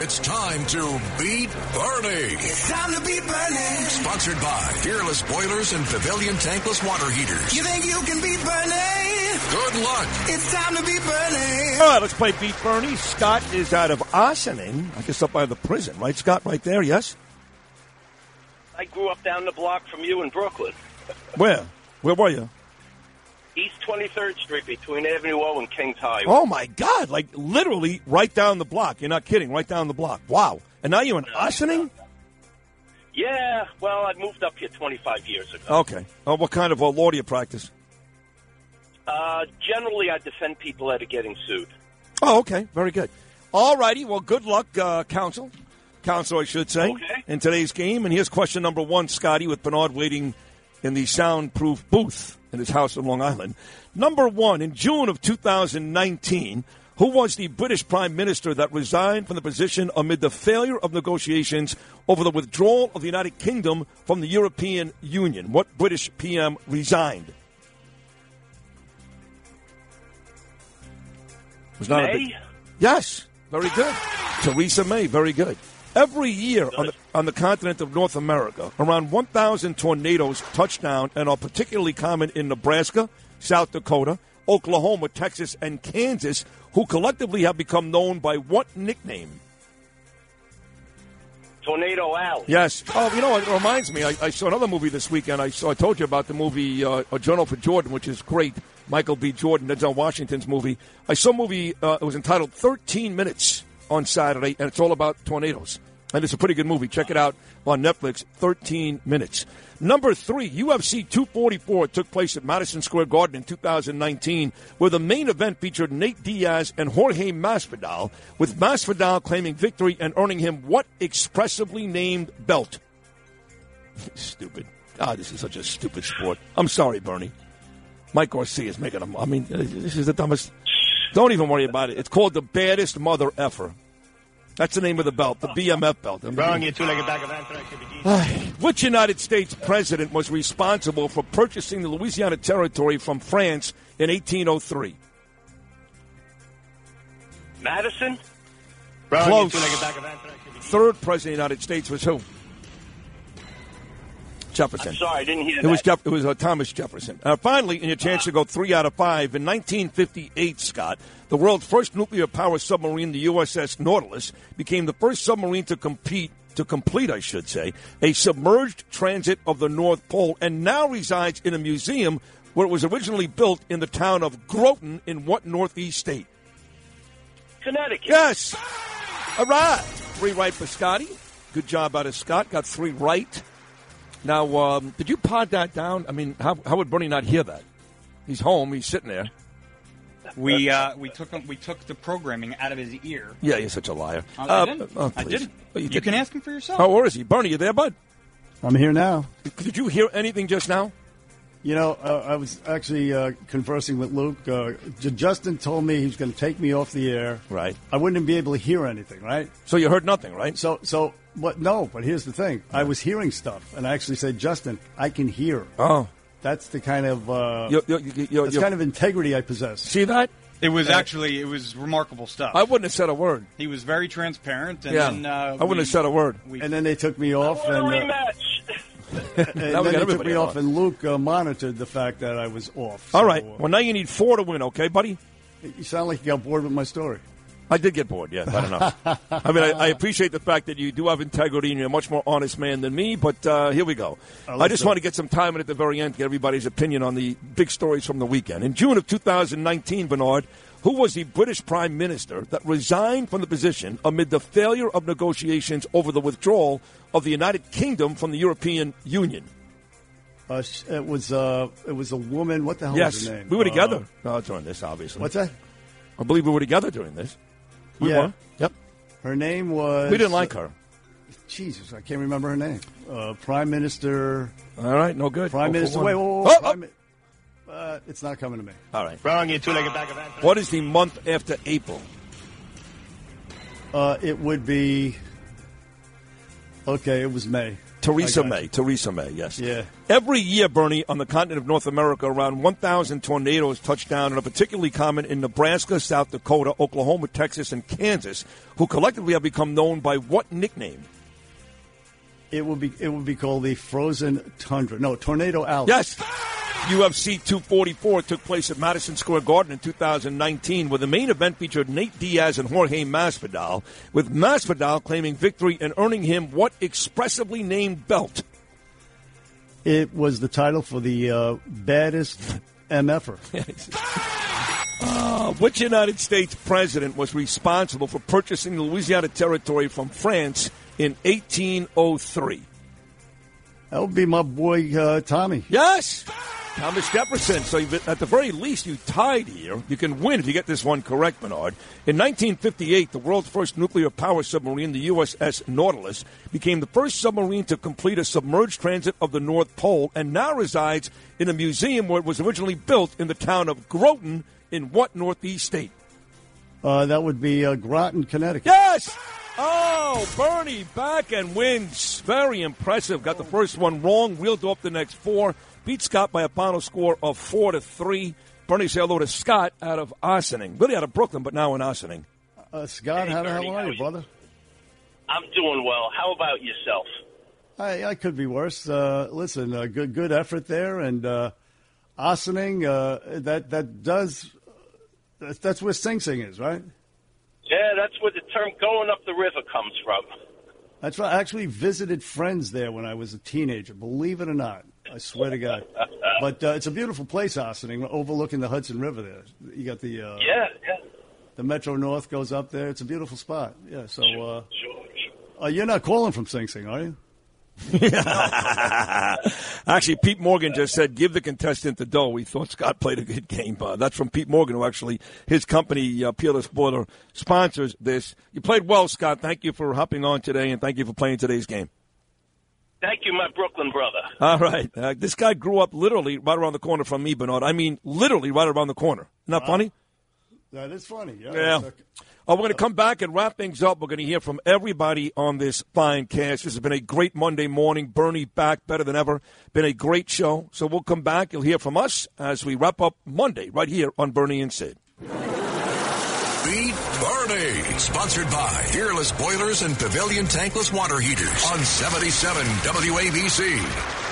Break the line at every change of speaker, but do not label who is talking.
It's time to beat Bernie.
It's time to beat Bernie.
Sponsored by Fearless Boilers and Pavilion Tankless Water Heaters.
You think you can beat Bernie?
Good luck.
It's time to beat Bernie.
All right, let's play Beat Bernie. Scott is out of Ossining. I guess up by the prison, right, Scott? Right there, yes?
I grew up down the block from you in Brooklyn,
Where? Where were you?
East 23rd Street between Avenue O and Kings Highway.
Oh, my God. Like, literally right down the block. You're not kidding. Right down the block. Wow. And now you're in Ossining?
Yeah, well, I moved up here 25 years ago.
Okay. Uh, what kind of uh, law do you practice?
Uh, generally, I defend people that are getting sued.
Oh, okay. Very good. All righty. Well, good luck, uh, counsel. Counsel, I should say,
Okay.
in today's game. And here's question number one, Scotty, with Bernard waiting in the soundproof booth in his house in Long Island. Number one, in June of 2019, who was the British Prime Minister that resigned from the position amid the failure of negotiations over the withdrawal of the United Kingdom from the European Union? What British PM resigned? Was not a big-
May?
Yes, very good. Theresa May, very good. Every year on the, on the continent of North America, around 1,000 tornadoes touch down and are particularly common in Nebraska, South Dakota, Oklahoma, Texas, and Kansas, who collectively have become known by what nickname?
Tornado Alley.
Yes. Oh, you know, what? it reminds me. I, I saw another movie this weekend. I saw. I told you about the movie uh, A Journal for Jordan, which is great. Michael B. Jordan, Denzel Washington's movie. I saw a movie. Uh, it was entitled "13 Minutes" on Saturday, and it's all about tornadoes. And it's a pretty good movie. Check it out on Netflix. 13 minutes. Number three, UFC 244 took place at Madison Square Garden in 2019, where the main event featured Nate Diaz and Jorge Masvidal, with Masvidal claiming victory and earning him what expressively named belt? stupid. God, this is such a stupid sport. I'm sorry, Bernie. Mike Garcia is making a. I mean, uh, this is the dumbest. Don't even worry about it. It's called the baddest mother effer. That's the name of the belt, the BMF belt.
Wrong, you two-legged bag of anthrax. you begin.
Which United States president was responsible for purchasing the Louisiana Territory from France in 1803?
Madison?
Wrong, you
Close.
two-legged bag of anthrax. you begin.
Third president of the United States was who? Jefferson.
I'm sorry, I didn't hear
It
that.
was Jeff, it was uh, Thomas Jefferson. Uh, finally, in your chance to go three out of five, in 1958, Scott, the world's first nuclear-powered submarine, the USS Nautilus, became the first submarine to compete to complete, I should say, a submerged transit of the North Pole, and now resides in a museum where it was originally built in the town of Groton in what northeast state?
Connecticut.
Yes. All right. Three right for Scotty. Good job out of Scott. Got three right. Now, um, did you pod that down? I mean, how, how would Bernie not hear that? He's home. He's sitting there.
We uh, we took him, we took the programming out of his ear.
Yeah, you're such a liar.
I didn't.
oh,
I
please.
didn't.
Oh,
You
did.
can ask him for yourself.
Oh, where is he? Bernie, you there, bud?
I'm here now.
Did you hear anything just now?
You know, uh, I was actually uh, conversing with Luke. Uh, J- Justin told me he was going to take me off the air.
Right.
I wouldn't be able to hear anything, right?
So you heard nothing, right?
So, so, but no, but here's the thing. I was hearing stuff, and I actually said, Justin, I can hear.
Oh.
That's the kind of, uh,
You- you- you- you-
that's
you-
kind of integrity I possess.
See that?
It was actually it was remarkable stuff.
Uh, I wouldn't have said a word.
he was very transparent. And
yeah.
then, uh,
I wouldn't
we-
have said a word.
We,
And then they took me
I
off,
want a
and, uh,
rematch.
and
Now we
then
got
they took
everybody
me
on.
off, and Luke uh, monitored the fact that I was off.
All
So,
right.
uh,
Well, now you need four to win, okay, buddy?
you sound like you got bored with my story.
I did get bored, yeah, not enough. I mean, I, I appreciate the fact that you do have integrity and you're a much more honest man than me, but uh, here we go. I just
listen.
want to get some time in at the very end, get everybody's opinion on the big stories from the weekend. In June of 2019, Bernard, who was the British Prime Minister that resigned from the position amid the failure of negotiations over the withdrawal of the United Kingdom from the European Union?
Uh, sh- it was uh, it was a woman. What the hell was
Yes,
her name?
we were
Uh,
together uh, during this, obviously.
what's that?
I believe we were together during this. We
Yeah.
were. Yep.
Her name was.
We didn't like her.
Jesus, I can't remember her name. Uh, Prime Minister.
All right, no good.
Prime
Oh, for
Minister.
one.
Wait, whoa, whoa, whoa,
Oh, oh.
Prime Mi- uh, it's not coming to me.
All right.
Wrong, you two-legged bag of anthrax.
What is the month after April?
Uh, it would be. Okay, it was May.
Theresa
I got
May. Theresa May, yes.
Yeah.
Every year, Bernie, on the continent of North America, around 1,000 tornadoes touch down and are particularly common in Nebraska, South Dakota, Oklahoma, Texas, and Kansas, who collectively have become known by what nickname?
It will be it will be called the Frozen Tundra. No, Tornado Alley.
Yes. UFC 244 took place at Madison Square Garden in 2019, where the main event featured Nate Diaz and Jorge Masvidal, with Masvidal claiming victory and earning him what expressively named belt?
It was the title for the uh, baddest mf'er.
Uh, which United States president was responsible for purchasing the Louisiana Territory from France in 1803?
That would be my boy uh, Tommy.
Yes, Thomas Jefferson. So you've, at the very least, you tied here. You can win if you get this one correct, Bernard. In 1958, the world's first nuclear power submarine, the USS Nautilus, became the first submarine to complete a submerged transit of the North Pole, and now resides in a museum where it was originally built in the town of Groton in what northeast state?
Uh, that would be uh, Groton, Connecticut.
Yes! Oh, Bernie back and wins. Very impressive. Got the first one wrong, reeled off the next four. Beat Scott by a final score of four to three. Bernie say hello to Scott out of Ossining. Really out of Brooklyn, but now in Ossining.
Uh, Scott,
Hey,
how the
Bernie,
hell
how
are
are
you,
you?
brother?
I'm doing well. How about yourself?
I, I could be worse. Uh, listen, uh, good good effort there, and uh, Ossining, uh, that that does that's, that's where Sing Sing is, right?
Yeah, that's where the term going up the river comes from.
That's right. I actually visited friends there when I was a teenager. Believe it or not, I swear to God. But uh, it's a beautiful place, Ossining, overlooking the Hudson River. There, you got the uh,
Yeah, yeah.
the Metro North goes up there. It's a beautiful spot. Yeah. So uh,
George.
uh, you're not calling from Sing Sing, are you?
Actually, Pete Morgan just said, give the contestant the dough. We thought Scott played a good game. Uh, that's from Pete Morgan, who actually, his company, uh, Peerless Boiler, sponsors this. You played well, Scott. Thank you for hopping on today, and thank you for playing today's game.
Thank you, my Brooklyn brother.
All right. Uh, this guy grew up literally right around the corner from me, Bernard. I mean, literally right around the corner. Not funny?
That is funny. Yeah.
Yeah.
It's a-
Uh, we're going to come back and wrap things up. We're going to hear from everybody on this fine cast. This has been a great Monday morning. Bernie back better than ever. Been a great show. So we'll come back. You'll hear from us as we wrap up Monday right here on Bernie and Sid.
Beat Bernie. Sponsored by Fearless Boilers and Pavilion Tankless Water Heaters on 77 WABC.